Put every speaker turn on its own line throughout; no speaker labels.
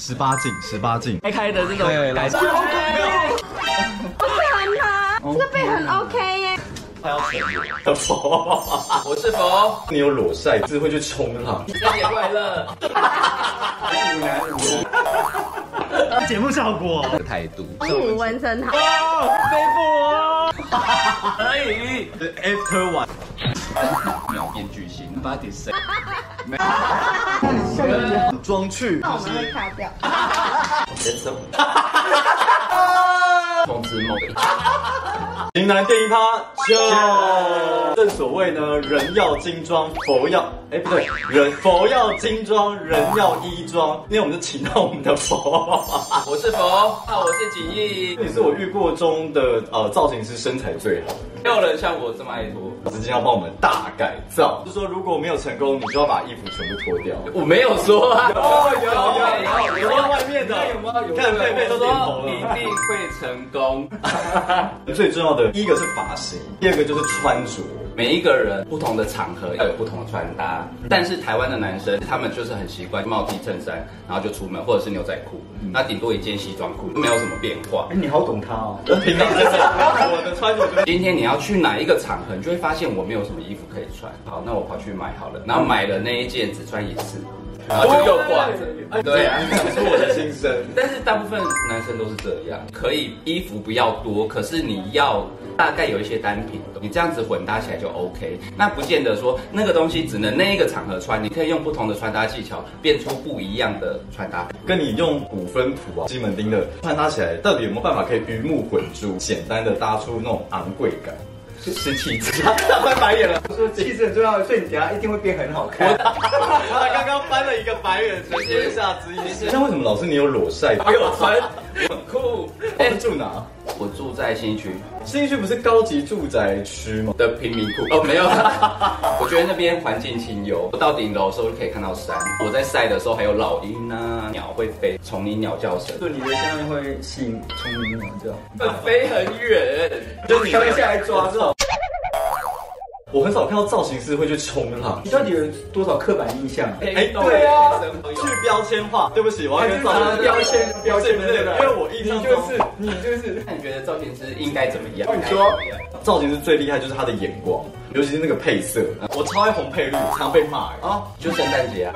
十八禁，十八禁。
开开的这种
对，
改
来，
造，
不是很好，这个背很 OK 耶。
他要舔我，佛，
我是否
你有裸晒，只会去冲浪。
生日快乐？
节目效果。
的态度。
嗯，纹身
哦
好，
可以，
The After One，
秒变巨星，body s a
装去。
那我们会卡掉。
先走。
梦之梦。
迎来第一趴，
就
正所谓呢，人要精装，佛要哎不对，人佛要精装，人要衣装。今天我们就请到我们的佛，
我是否？那我是景逸，
你是我遇过中的呃造型师身材最好的。
没有人像我这么爱脱。
直接要帮我们大改造，就是说如果没有成功，你就要把衣服全部脱掉。
我没有说啊，
有有有，啊
有
外面的，你看贝贝都哦点头
说
了。
你一定会成功。
最重要的一个是发型，第二个就是穿着。
每一个人不同的场合要有不同的穿搭，但是台湾的男生他们就是很习惯帽 T 衬衫，然后就出门，或者是牛仔裤，那顶多一件西装裤，没有什么变化。
哎，你好懂他哦。平常就是我的穿着就是
今天你要去哪一个场合，你就会发现我没有什么衣服可以穿。好，那我跑去买好了，然后买了那一件只穿一次，然后就又挂着。哦对啊，
是我的心声。
但是大部分男生都是这样，可以衣服不要多，可是你要大概有一些单品，你这样子混搭起来就 OK。那不见得说那个东西只能那一个场合穿，你可以用不同的穿搭技巧变出不一样的穿搭。
跟你用五分谱啊、西门町的穿搭起来，到底有没有办法可以鱼目混珠，简单的搭出那种昂贵感？
是气 质，
他翻白眼了，
说气质很重要，所以你等一下一定会变很好看。
他刚刚翻了一个白眼，直接下 之意。那为什么老师你有裸晒？
我有穿，很酷。
哎，住哪？
我住在新一区
新一区不是高级住宅区吗？
的贫民窟，哦没有啦，我觉得那边环境清幽，我到顶楼的时候就可以看到山。我在晒的时候还有老鹰啊，鸟会飞，丛林鸟叫声，
就你的下面会吸引丛林鸟，这样。
飞很远。
就是你
跳下来抓这种，
我很少看到造型师会去冲浪
你。到底有多少刻板印象啊？
哎对啊去标签化，对不起，我要跟造型师
标签标签
不是不是，因为我印象中
你就是
那你觉得造型师应该怎么样？
哦你说
造型师最厉害就是他的眼光，尤其是那个配色，我超爱红配绿，常被骂。哎
哦，就圣诞节啊。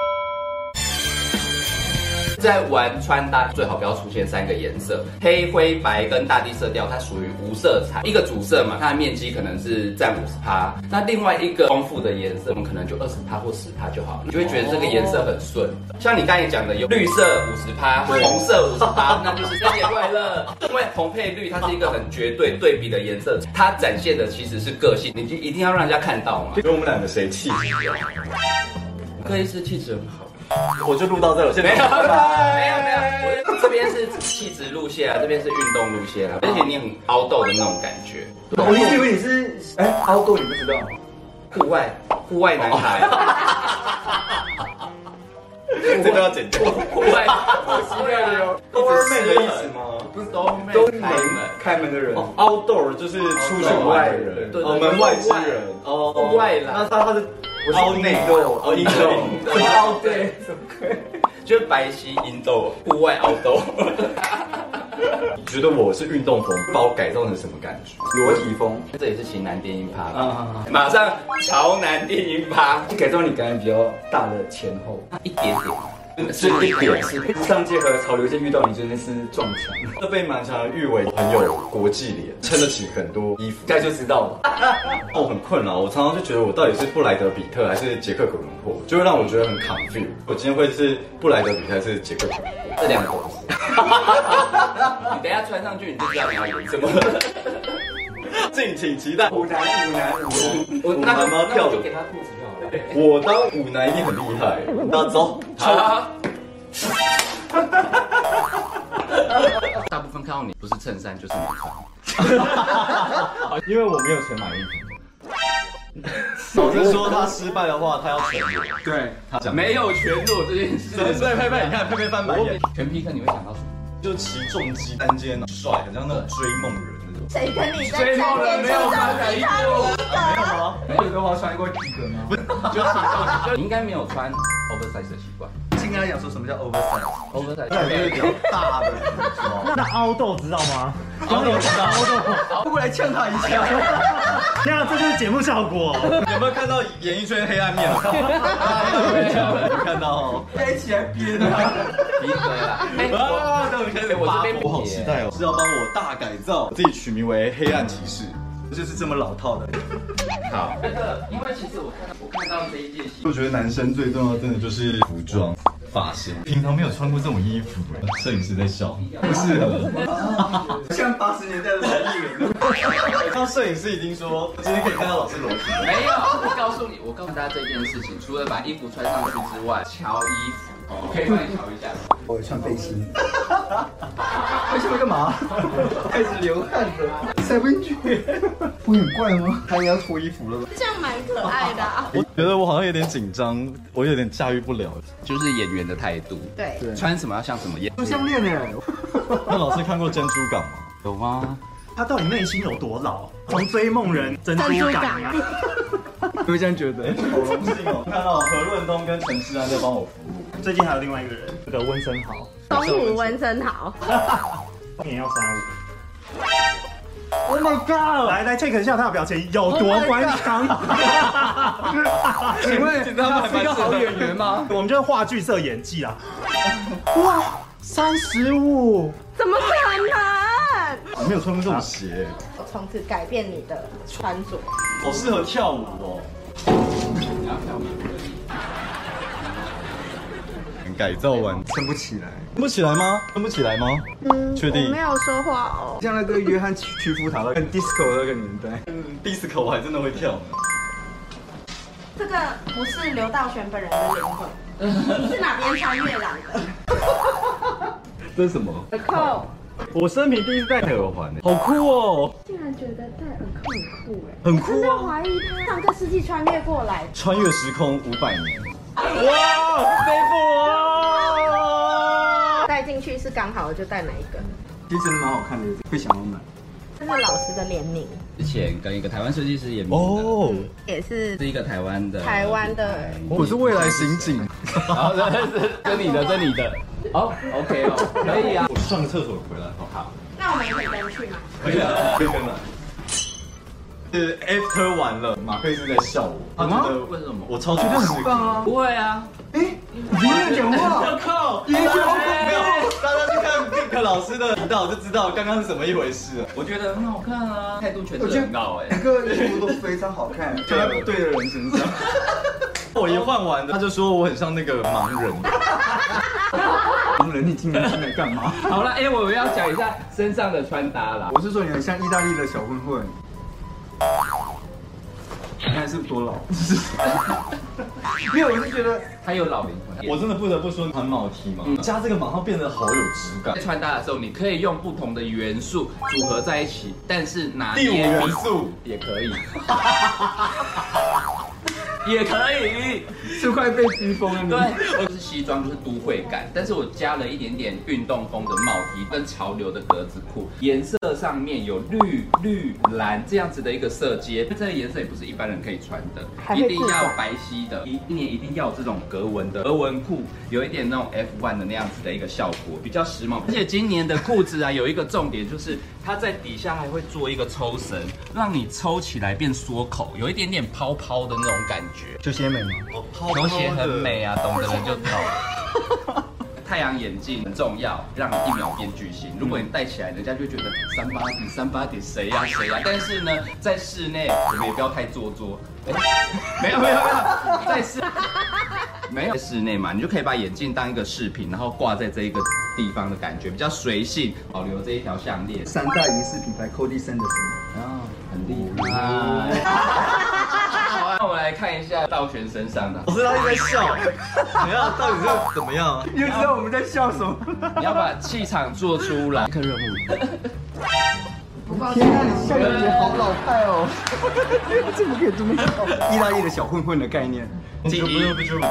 在玩穿搭，最好不要出现三个颜色，黑、灰、白跟大地色调，它属于无色彩。一个主色嘛，它的面积可能是占五十趴，那另外一个丰富的颜色，我们可能就二十趴或十趴就好，你就会觉得这个颜色很顺。像你刚才讲的，有绿色五十趴，红色五十趴，那就是生日快乐。因为红配绿，它是一个很绝对对比的颜色，它展现的其实是个性，你就一定要让人家看到嘛。
觉得我们两个谁气？
克里斯气质很好。
我就录到这了，现
没有，没有，
在
没有，我这边是气质路线啊，这边是运动路线啊，而且你很凹豆的那种感觉，
哦我一直以为你是哎，凹沟你不知道，
户外户外男孩，啊
这个要剪掉。
户外户外的
Door man 的意思吗？
不是都
都
都
是
开
门
门。
开门的人。
哦，outdoor 就是出去玩的人，
对对
哦，
对
门外之人，哦，
户外啦
那他他是
我是
outdoor，哦，运动，
凹对，哎怎么可以？
就是白皙阴豆，户外凹豆。
你觉得我是运动风，把我改造成什么感觉？
裸体风
这也是型男电音趴
啊啊啊
吧，马上潮男电音趴，
改造你感觉比较大的前后，
一点点，是一点，
上界和潮流界遇到你真的是撞墙，
这被蛮常誉为很有国际脸，撑得起很多衣服。
大家就知 道了。
我哦很困扰，我常常就觉得我到底是布莱德比特还是杰克葛伦霍，就会让我觉得很 confused。我今天会是布莱德比特还是杰克葛伦霍？
这两个不是。 你等一下穿上去你就知道你要演什么了。
敬请期待。
湖南湖南湖南，
我
那就那我就
给他裤子就好了。
我当舞男一定很厉害，那走。
好。大部分看到你不是衬衫就是你穿，
因为我没有钱买衣服。 老师说他失败的话，他要钱我。
对，
他讲
没有全裸这件事。
所以佩佩，你看佩佩翻白眼，
全 P 哥你会想到什么？
就骑重机单肩帅，很像那种追梦人那种。
谁跟你在上
追梦了
面
没有发
穿
展
一
一
个？
啊没有吗？
刘德华穿过几个吗？
你应该没有穿 oversize 的习惯。
几
先跟他讲说什么叫 oversize，
oversize
那就是比较大的服
哦
装。
那凹豆知道吗？
然后我知道，会不会来呛他一下？
那这就是节目效果。
有没有看到演艺圈黑暗面？有看到哦。
在一起来编他。
皮革啦。哎，
啊，那我开始
我这边
我好期待哦，是要帮我大改造，自己取名为黑暗骑士。
就是这么老套的，
好，那个，因为其实我看我看到这一件戏，
我觉得男生最重要真的就是服装、发型，平常没有穿过这种衣服，哎摄影师在笑，不适合。
像八十年代的老艺 人。
刚摄影师已经说，今天可以看到老师裸体。
没有，我告诉你，我告诉大家这件事情，除了把衣服穿上去之外，瞧衣服。我可以帮你瞧一下吗，
我穿背心，
为什么干嘛？开始流汗了，塞不进去。
我很怪吗？
他也要脱衣服了吧？
这样蛮可爱的啊。
我觉得我好像有点紧张，我有点驾驭不了。
就是演员的态度，
对，
穿什么要像什么演。
做项链呢？
那老师看过《珍珠港》吗？
有吗？
他到底内心有多老？从追梦人珍珠港啊，
你会这样觉得？
好荣幸哦，看到何润东跟陈世安在帮我服务。
最近还有另外一个人，这个温森豪，
东湖温森豪，
今年要三五。Oh my god！来 Oh 来 check 一下他的表情有多官方。
请问他是一个好演员吗？
我们就是话剧社演技啊。哇，三十五，
怎么可能？
我没有穿过这种鞋，
我从此改变你的穿着。
好适合跳舞哦。改造完
撑不起来，
撑不起来吗？撑不起来吗？
嗯
确定
我没有说话哦。
像那个约翰屈屈服塔那个 disco 的那个年代，
嗯，disco 我还真的会跳呢。
这个不是刘道玄本人的脸 孔，是哪边穿越来的？
这是什么？
耳扣，
我生平第一次戴耳环好酷哦！
竟然觉得戴耳扣很酷哎，
很酷
真的
啊！
怀疑他上个世纪穿越过来。
穿越时空五百年。哇，佩服啊！
带进去是刚好，我就带哪一个？
其实真的蛮好看的，会想要买。
这是老师的联名，
之前跟一个台湾设计师演哦，
哦，
也是
是一个台湾的
台湾的
品牌
我是未来刑警。
然后这这你的，这你的，哦，OK 哦，可以啊。
我上个厕所回来，好好。
那我们可以跟去吗？
可以啊，可以跟了。是 after 完了，马克一直在笑我，他觉得为什么？我超觉得很棒啊！
不会啊，
你没有讲话，
我靠，
也有
没有，大家去看 Dick 老师的频道就知道刚刚是怎么一回事了。
我觉得很好看啊，态度全是很高哎。
整个衣服都非常好 看，
就
啊
在不对的人身上。我一换完，他就说我很像那个盲人。
红人，你今年是来干嘛？
好了，哎，我要讲一下身上的穿搭啦。
我是说你很像意大利的小混混。你看是不是多老？没有，我是觉得
他有老灵魂。
我真的不得不说，环毛 T 嘛
嗯，
加这个马上变得好有质感
在。穿搭的时候，你可以用不同的元素组合在一起，但是拿
第五
捏
元素，
也可以，也可以。
是快被逼疯了。你
对，，我是西装，就是都会感，但是我加了一点点运动风的帽 T 跟潮流的格子裤，颜色上面有绿、绿、蓝这样子的一个色阶，这个颜色也不是一般人可以穿的，
还
一
会
定要白皙的，一定一定要有这种格纹的格纹裤，有一点那种 F1 的那样子的一个效果，比较时髦。而且今年的裤子啊，有一个重点就是它在底下还会做一个抽绳，让你抽起来变缩口，有一点点泡泡的那种感觉。
就鲜美吗？
球鞋很美啊，懂的人就懂。太阳眼镜很重要，让你一秒变巨星。如果你戴起来，人家就觉得三八点三八点谁呀谁呀。但是呢，在室内我们也不要太做作。哎，没有没有没有，在室没有在室内嘛，你就可以把眼镜当一个饰品，然后挂在这一个地方的感觉比较随性，保留这一条项链。
三大银饰品牌 Cody Sanderson，
啊，很厉害。好， 那我们来看一下道玄身上的。
我知道他一直在笑，你要哎到底是怎么样？
你又知道我们在笑什么？
你要把气场做出来。看任务，
天啊，你笑感觉好老派 哦！这么可以这么笑？意大利的小混混的概念，
不就不就不就不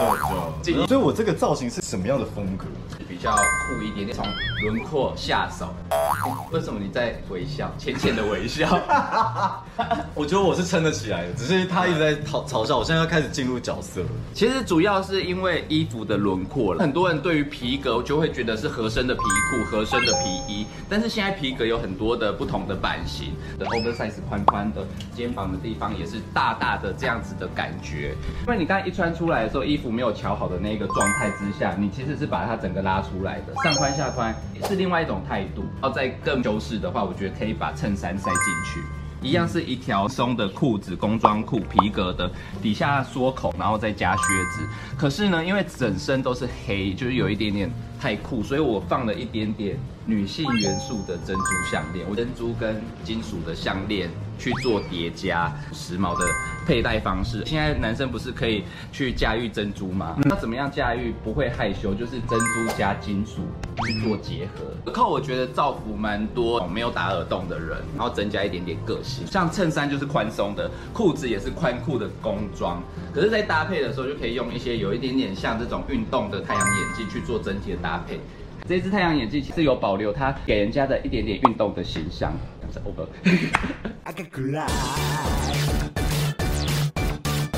静
就。
音
所以我这个造型是什么样的风格？
比较酷一点点，从轮廓下手。为什么你在微笑？浅浅的微笑。
我觉得我是撑得起来的，只是他一直在嘲嘲笑我，现在要开始进入角色了。
其实主要是因为衣服的轮廓了，很多人对于皮革就会觉得是合身的皮裤、合身的皮衣，但是现在皮革有很多的不同的版型，的 oversize 宽宽的，肩膀的地方也是大大的这样子的感觉。因为你刚才一穿出来的时候，衣服没有调好的那个状态之下，你其实是把它整个拉出来的，上宽下宽是另外一种态度。要再更修饰的话，我觉得可以把衬衫塞进去。一样是一条松的裤子，工装裤，皮革的，底下缩口，然后再加靴子。可是呢，因为整身都是黑，就是有一点点太酷，所以我放了一点点女性元素的珍珠项链，我珍珠跟金属的项链去做叠加，时髦的佩戴方式。现在男生不是可以去驾驭珍珠吗？那怎么样驾驭不会害羞？就是珍珠加金属去做结合。可我觉得造福蛮多没有打耳洞的人，然后增加一点点个性。像衬衫就是宽松的，裤子也是宽裤的工装，可是，在搭配的时候就可以用一些有一点点像这种运动的太阳眼镜去做整体的搭配。这只太阳眼镜其实有保留它给人家的一点点运动的形象。这样子 over。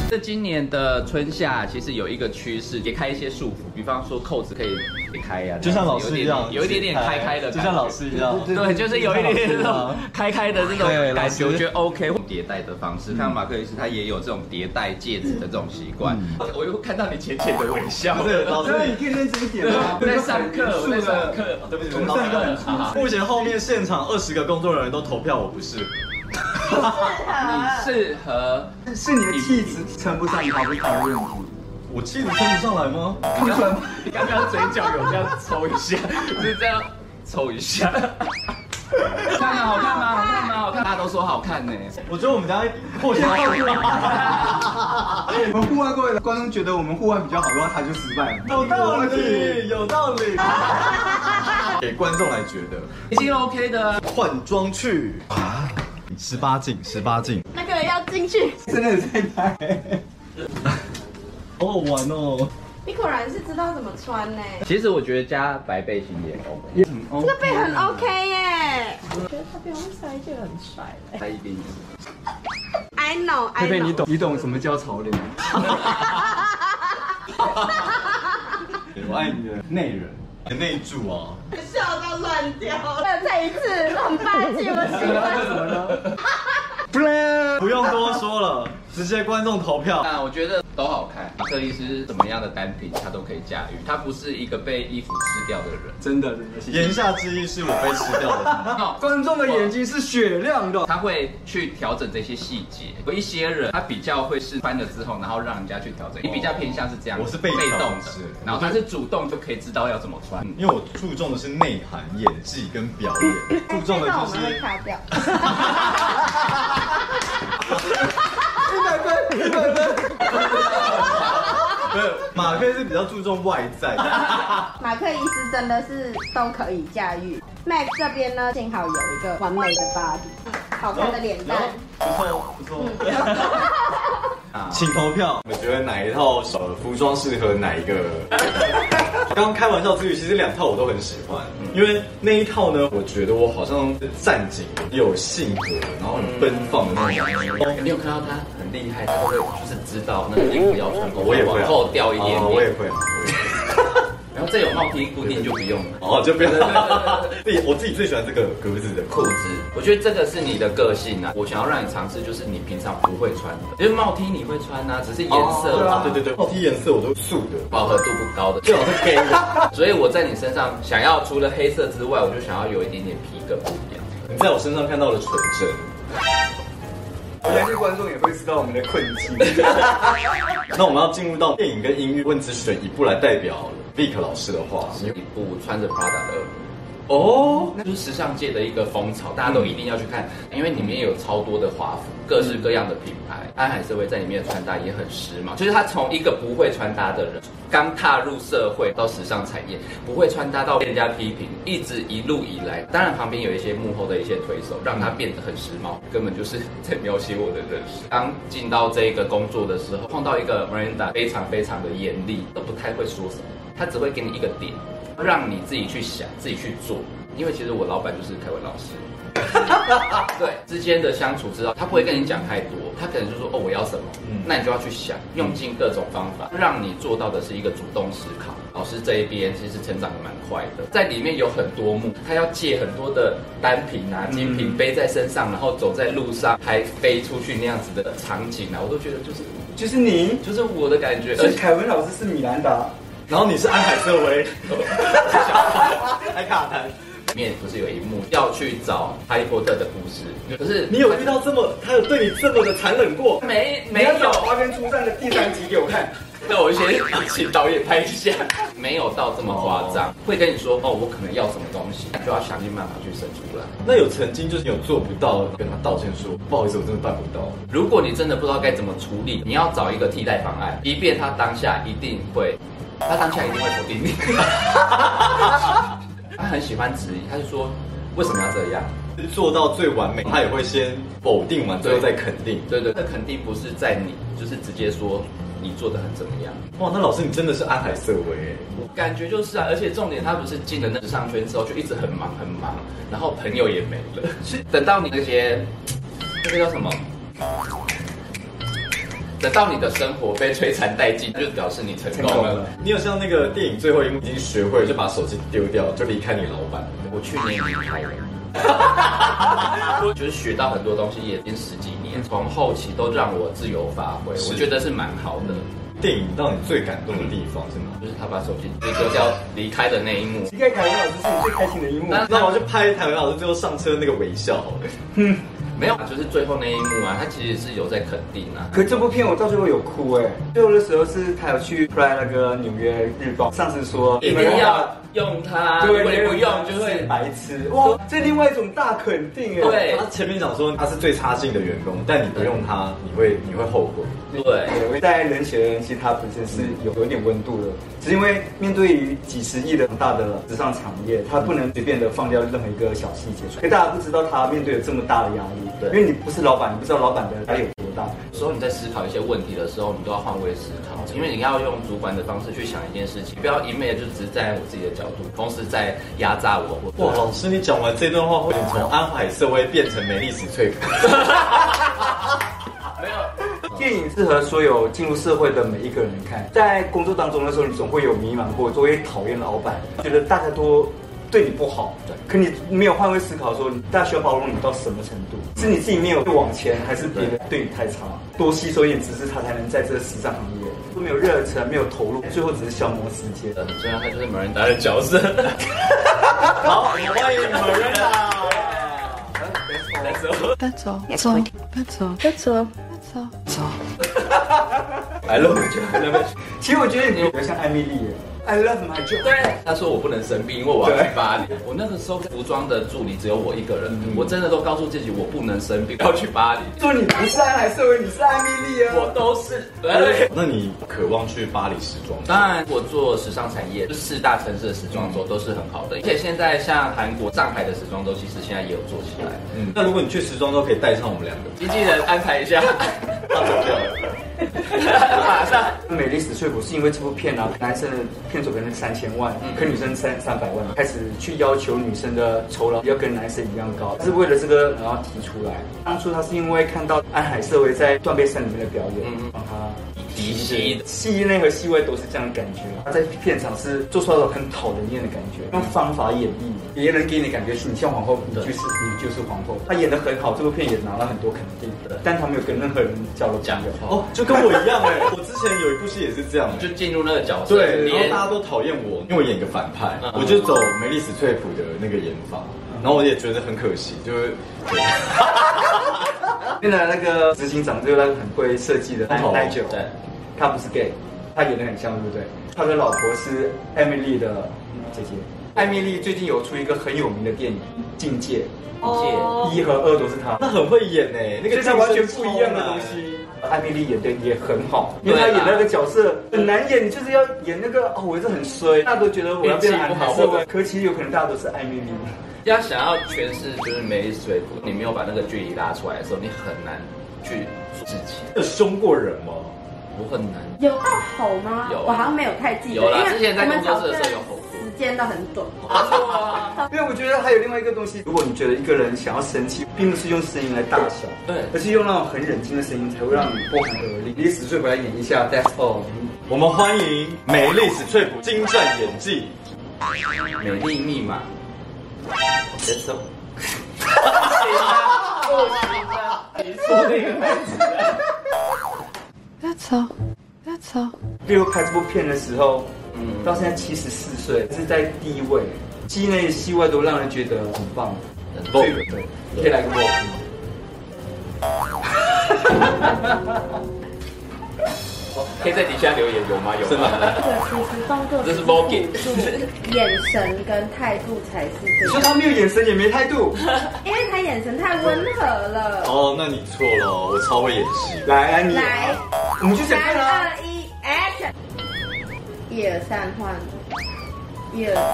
这今年的春夏其实有一个趋势，也开一些束缚，比方说扣子可以解开呀、
就像老师一样，
有一点点有一点点开开的感觉，
就像老师一样。
对，就是有一点点这种开开的这种
对
感
老
觉，
师嗯
我觉得 OK。迭代的方式，看马克医师他也有这种迭代戒指的这种习惯。我又看到你浅浅的微笑，
嗯对，老师
所以你可以认真一点吗？
我在上课，我在上课。
对不起，我们三个目前后面现场二十个工作人员都投票我不是，
你适合
是你的气质称不上你高不高的问题。
我气质撑不上来吗？
不准
你刚刚嘴角有这样抽一下，就是这样抽一 下。看吗？好看吗？好看吗？好看，大家都说好看呢。
我觉得我们等一下破天
我们户外过的观众觉得我们户外比较好的话，他就失败了。
有道理，有道理。给观众来觉得，
已经 OK 的啊，
换装去啊！十八禁，十八禁，
那个人要进去，
真的是在拍、
好好玩哦。
你果然是知道怎么穿呢、
其实我觉得加白背心也 OK，
这个背很 OK 耶、我觉得他不用塞就很帅了。
加一点点。
I know, I
佩佩，
know。
你懂你懂什么叫潮流？
我爱你的内人，你的内助啊。
笑到乱掉了。再一次很霸气，我喜欢。
不用多说了，直接观众投票。
那我觉得都好看，设计师什么样的单品他都可以驾驭，他不是一个被衣服吃掉的人。
真的真的谢谢。
言下之意是我被吃掉 了。
那
观众的眼睛是雪亮的。
他会去调整这些细节，有一些人他比较会是穿了之后，然后让人家去调整。你比较偏向是这样，
我是被调
动的
是，
然后他是主动就可以知道要怎么穿。
因为我注重的是内涵、演技跟表演，注重的
那
就
哎我们会
是
卡掉。
一百分，一百分。
没有马克是比较注重外在的，
马克医师真的是都可以驾驭。Max 这边呢，幸好有一个完美的 body，好看的脸蛋。
不错不错。
啊
请投票，你们觉得哪一套呃服装适合哪一个？ 刚刚开玩笑之余，其实两套我都很喜欢，因为那一套呢，嗯我觉得我好像站紧、有性格，然后很奔放的那种感觉。
你有看到他很厉害，他会就是知道那个衣服要穿过，
我也会
往
啊
后掉一点
哦我也
点。
会啊。
然后这有帽 T 固定就不用了。
哦，就不要
对对对对
自己，我自己最喜欢这个格子的
裤子，我觉得这个是你的个性啊。我想要让你尝试，就是你平常不会穿的，因为帽 T 你会穿啊，只是颜色
啊
啊，，
对对对，帽 T 颜色我都素的，
饱和度不高的，
最好是黑的。
所以我在你身上想要除了黑色之外，我就想要有一点点皮革不一样。
你 在我身上看到了纯真。
我相信观众也会知道我们的困境。
那我们要进入到电影跟音乐，问只选一部来代表 Vic 老师的话，
一部穿着 Prada 的，
哦，
那就是时尚界的一个风潮，大家都一定要去看，因为里面有超多的华服，各式各样的品牌。安海瑟薇在里面的穿搭也很时髦，就是她从一个不会穿搭的人，刚踏入社会到时尚产业，不会穿搭到被人家批评，一直一路以来，当然旁边有一些幕后的一些推手，让她变得很时髦，根本就是 在描写我的人生。刚进到这个工作的时候，碰到一个 Miranda 非常非常的严厉，都不太会说什么，她只会给你一个点。让你自己去想，自己去做。因为其实我老板就是凯文老师。对之间的相处之道，他不会跟你讲太多，他可能就说哦我要什么，那你就要去想，用尽各种方法，让你做到的是一个主动思考。老师这一边其实成长的蛮快的，在里面有很多幕，他要借很多的单品啊、精品背在身上，然后走在路上还飞出去那样子的场景啊，我都觉得就是
就是你，
就是我的感觉，
所
而
以
且
凯文老师是米兰达，
然后你是安海瑟薇， 还卡痰。
里面不是有一幕要去找哈利波特的故事，可是
你有遇到这么他有对你这么的残忍过？
没
你
没
要找
有
《华灯初上》的第三集给我看。
那我先请导演拍一下，没有到这么夸张，会跟你说哦，我可能要什么东西，就要想尽办法去生出来。
那有曾经就是有做不到，跟他道歉说不好意思，我真的办不到。
如果你真的不知道该怎么处理，你要找一个替代方案，即便他当下一定会，他当下一定会否定你。 他很喜欢质疑，他就说为什么要这样？
做到最完美，他也会先否定完，最后再肯定。
对对，那肯定不是在你，就是直接说你做的很怎么样。
哇，那老师你真的是安海瑟薇哎。
我感觉就是啊，而且重点他不是进了那职场圈之后就一直很忙很忙，然后朋友也没了， 是等到你那些那个叫什么？等到你的生活被摧残殆尽，就表示你成功
成功
了
了。
你有像那个电影最后一幕已经学会了，就把手机丢掉，就离开你老板。
我去年离开了。 我就是学到很多东西，也已经十几年，从后期都让我自由发挥，
是
我觉得是蛮好的。
电影让你最感动的地方是哪？
就是他把手机丢掉离开的那一幕，
离开凯文老师是你最开心的一幕。
那
那我就拍台湾老师最后上车那个微笑好了。
没有啊，就是最后那一幕啊，他其实是有在肯定啊。
可这部片我到最后有哭哎、最后的时候是他有去 p r 那个纽约日报，上次说
一定要用它，如
对，
果你不用就
你
会。
白痴哇，这另外一种大肯定哎、
对
他前面讲说他是最差劲的员工，但你不用他，你会你会后悔。
对，
对，在人血的人其实它本身是有有点温度的，只是因为面对于几十亿的大的时尚产业，它不能随便的放掉任何一个小细节出来。可大家不知道他面对有这么大的压力，
对
因为你不是老板，你不知道老板的压力有多大。
有时候你在思考一些问题的时候，你都要换位思考，因为你要用主管的方式去想一件事情，不要一昧地就只是站在我自己的角度，同时在压榨我。
哇，老师你讲完这段话，会有点从安海瑟薇变成梅丽史翠普。
电影适合所有进入社会的每一个人看。在工作当中的时候，你总会有迷茫过，总会讨厌老板，觉得大家都对你不好。对，可你没有换位思考说，大家需要包容你到什么程度？是你自己没有往前，还是别人对你太差？多吸收一点知识，他才能在这个时尚行业都没有热忱，没有投入，最后只是消磨时间。
呃，虽然他就是某人达的角色，
好，欢迎 Marina。
I love you，I love you
其实我觉得你比较像艾米丽耶，I love my job。
对， 他说我不能生病，因为我要去巴黎。嗯我那个时候服装的助理只有我一个人，我真的都告诉自己我不能生病，要去巴黎。
说你不是安海社会，你是艾米丽啊。
我都是，对。
那你渴望去巴黎时装？
当然，我做时尚产业，就是四大城市的时装周都是很好的，而且现在像韩国上海的时装周，其实现在也有做起来。
嗯，那如果你去时装周，可以带上我们两个。
经纪人安排一 下，
他走掉了。
马上。
美丽史翠普是因为这部片啊，男生的片酬可能三千万，可女生三三百万，开始去要求女生的酬劳要跟男生一样高，是为了这个然后提出来。当初他是因为看到安海瑟薇在《断背山》里面的表演，
嗯
帮他
提膝
戏内和戏外都是这样的感觉。他在片场是做出那种很讨人厌的感觉，用方法演绎，也能给你感觉是你像皇后，你就是你就是皇后。他演的很好，这部片也拿了很多肯定，但他没有跟任何人交流
讲
朋友
话，
哦，就跟我一样哎、我之前有一部戏也是这样、
就
欸。
进入那个角色，
对，然后
连
大家都讨厌我，因为我演一个反派，
嗯
我就走梅丽史翠普的那个演法，然后我也觉得很可惜，就是
现在那个执行长就是那个很会设计的
光头
奈奈九，
对，
他不是 gay，他演的很像，对不对？他的老婆是艾米丽的姐姐。艾米丽最近有出一个很有名的电影《境界
哦》，
一和二都是他，
他很会演哎、那
所
个
以他完全不一样
晋
的
升超
东
男。
西。艾米丽演的也很好，因
对啊
为她
啦
演那个角色很难演，你就是要演那个哦，我是很衰，大家都觉得我要变
运气
安
不好
海瑟
或
薇
者，
可其实有可能大家都是艾米丽。
要想要诠释就是梅水普，你没有把那个距离拉出来的时候，你很难去做自己。
有凶过人吗？
我很难，
有到吼吗？
有
我好像没有太记得，
有啦
因为
之前在
我们
工作室的
讨论
时候有吼过
时间都很短，
没错啊
都啊，
因为我觉得还有另外一个东西，如果你觉得一个人想要生气，并不是用声音来大小，
对
而是用那种很冷静的声音才会让你不寒而栗。你死罪回来演一下，That's 嗯 all。
我们欢迎美丽史翠普精湛演技，
美丽密码，
例如拍这部片的时候，
嗯，
到现在七十四岁是在第一位，戏内戏外都让人觉得很棒。
Vogue
对，你可以来个 Vogue。
可以在底下留言有吗？有吗？
这个其实动作
这是
是
Vogue
辅助眼神跟态度才是
你
最
说他没有眼神也没态 度，
因为他眼神太温和了。
哦，那你错了，我超会演戏。
来安妮，
来，
我们去想
三
看啊。
二一，Action！一二三换，一二三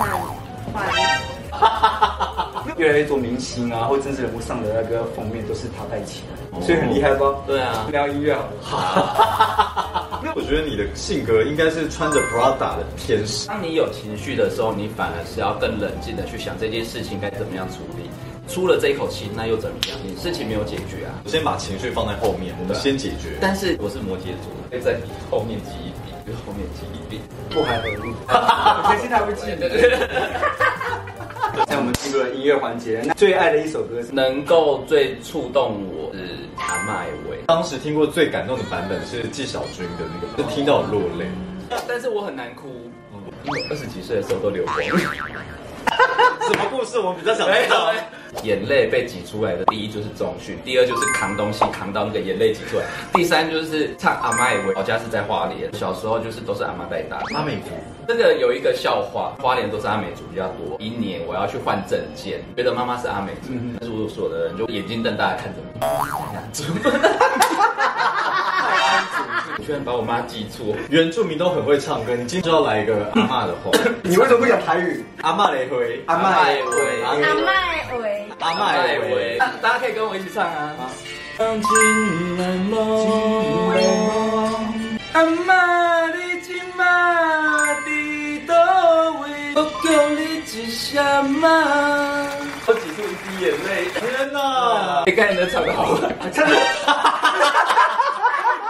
换。
越来越多明星啊或政治人物上的那个封面都是他带起来，
哦
所以很厉害吧？
对啊，
聊音乐好了。啊
那我觉得你的性格应该是穿着 Prada 的天使。
当你有情绪的时候，你反而是要更冷静的去想这件事情该怎么样处理。出了这一口气，那又怎么样？你事情没有解决啊。
我先把情绪放在后面，我们先解决。
但是我是摩羯座，会在你后面记一笔，就是后面记一笔。
不寒而栗。我 相信他会记
对
得。
对对。
现在我们进入了音乐环节，那最爱的一首歌是《
能够最触动我是阿麦伟，
当时听过最感动的版本是纪晓君的那
哦
个，是听到我落泪。
但是我很难哭，因为二十几岁的时候都流光，
什么故事？我比较想知道。
眼泪被挤出来的，第一就是重训，第二就是扛东西扛到那个眼泪挤出来，第三就是唱阿麦伟，我家是在花莲，小时候就是都是阿妈带大的。
阿美族，
这个有一个笑话，花莲都是阿美族比较多。一年我要去换证件，觉得妈妈是阿美族，但是我所的人就眼睛瞪大的看着 我，怎么居然把我妈记错，
原住民都很会唱歌，你今天就要来一个阿嬷 的话，
你为什么不讲台语？
阿嬷雷回，
阿麦
喂
阿
阿麦维，
阿嬷雷回。
啊大家可以跟我一起唱啊！阿妈你今嘛伫倒位？我叫你一声妈。
我挤出一滴眼泪，
天哪，
你看你的唱的好，
真的。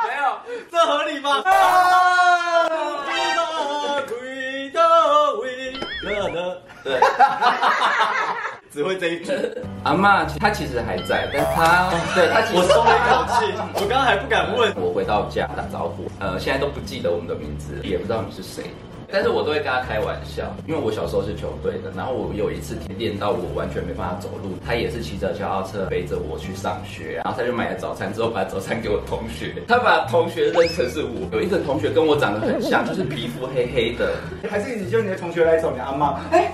没有。
这合理吗？ 对， 只会这一句。
阿妈她其实还在，但她对她其实
我松了一口气，我刚刚还不敢问。
我回到家打招呼，呃，现在都不记得我们的名字，也不知道你是谁，但是我都会跟他开玩笑，因为我小时候是球队的，然后我有一次练到我完全没办法走路，他也是骑着脚踏车背着我去上学，然后他就买了早餐之后把早餐给我同学，他把同学认成是我，有一个同学跟我长得很像，就是皮肤黑黑的，
还是你用你的同学来找你阿妈？哎，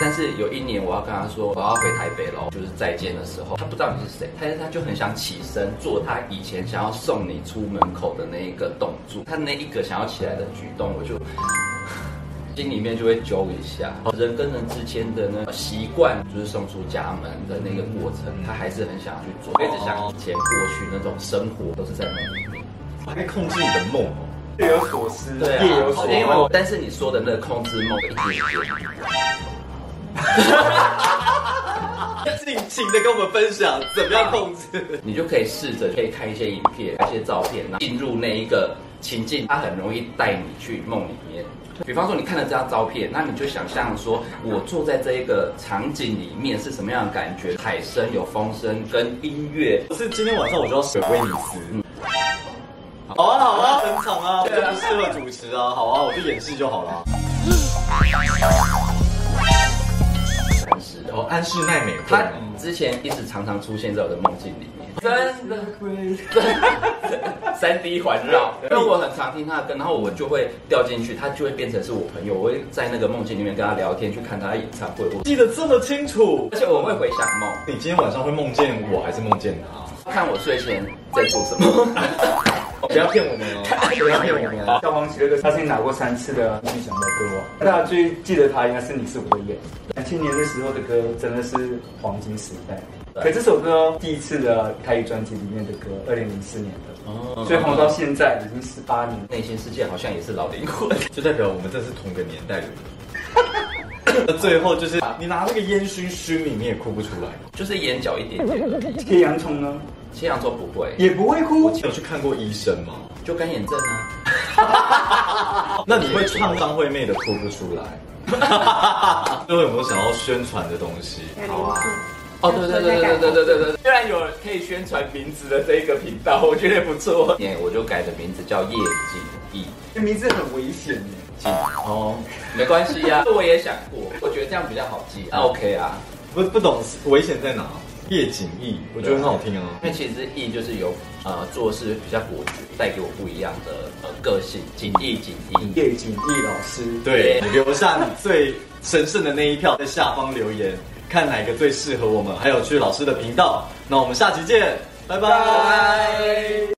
但是有一年我要跟他说我要回台北喽，就是再见的时候，他不知道你是谁，但是他就很想起身做他以前想要送你出门口的那一个动作，他那一个想要起来的举动，我就。 心里面就会揪一下，人跟人之间的那习惯，就是送出家门的那个过程，他还是很想要去做，我一直想以前过去那种生活都是在梦里面。
我可以控制你的梦哦。
日有所思，
对啊
夜有，所
因为我
梦。
但是你说的那个控制梦一直有。
尽情的跟我们分享怎么样控制。
你就可以试着可以看一些影片、拍一些照片，然后进入那一个情境，它很容易带你去梦里面。比方说，你看了这张照片，那你就想象说，我坐在这一个场景里面是什么样的感觉？海声、有风声跟音乐，
是今天晚上我就要水威尼斯。好啊好啊，很场啊，我就不适合主持啊。好啊，我就演戏就好了。
但是
哦，安室奈美惠
它之前一直常常出现在我的梦境里面，真的会，三 D 环绕。 因为我很常听他的歌，然后我就会掉进去，他就会变成是我朋友，我会在那个梦境里面跟他聊天，去看他的演唱会，我
记得这么清楚
而。且我会回想梦。
你今天晚上会梦见我还是梦见他？
看我睡前在做什么。
不要骗我们哦，不要骗我们哦。
小黄旗那个，他曾经拿过三次的金曲奖的歌王，大家最记得他应该是《你是我的眼》。两千年的时候的歌真的是黄金时代，可这首歌第一次的台语专辑里面的歌，二零零四年的，
哦
所以红到现在已经十八年。
内心世界好像也是老灵魂，
就代表我们这是同个年代的人。最后就是你拿那个烟熏熏你，你也哭不出来。
就是眼角一点点而已。
给洋葱呢，
切洋葱不会，
也不会哭。
你有去看过医生吗？
就干眼症啊。
那你会唱张惠妹的哭不出来？最后有没有想要宣传的东西？
好啊，
哦，对对对对对对对对，居然有可以宣传名字的这一个频道，我觉得不错。年我就改的名字叫叶景逸，
这名字很危险耶，
哦没关系呀、 我也想过，我觉得这样比较好记。啊 OK 啊，
不不懂危险在哪？叶景逸，我觉得很好听啊。
因为其实逸就是有呃做事比较果决，带给我不一样的呃个性。景逸景逸，
叶景逸老师。
对，留下你最神圣的那一票，在下方留言，看哪个最适合我们，还有去老师的频道。那我们下期见，拜拜。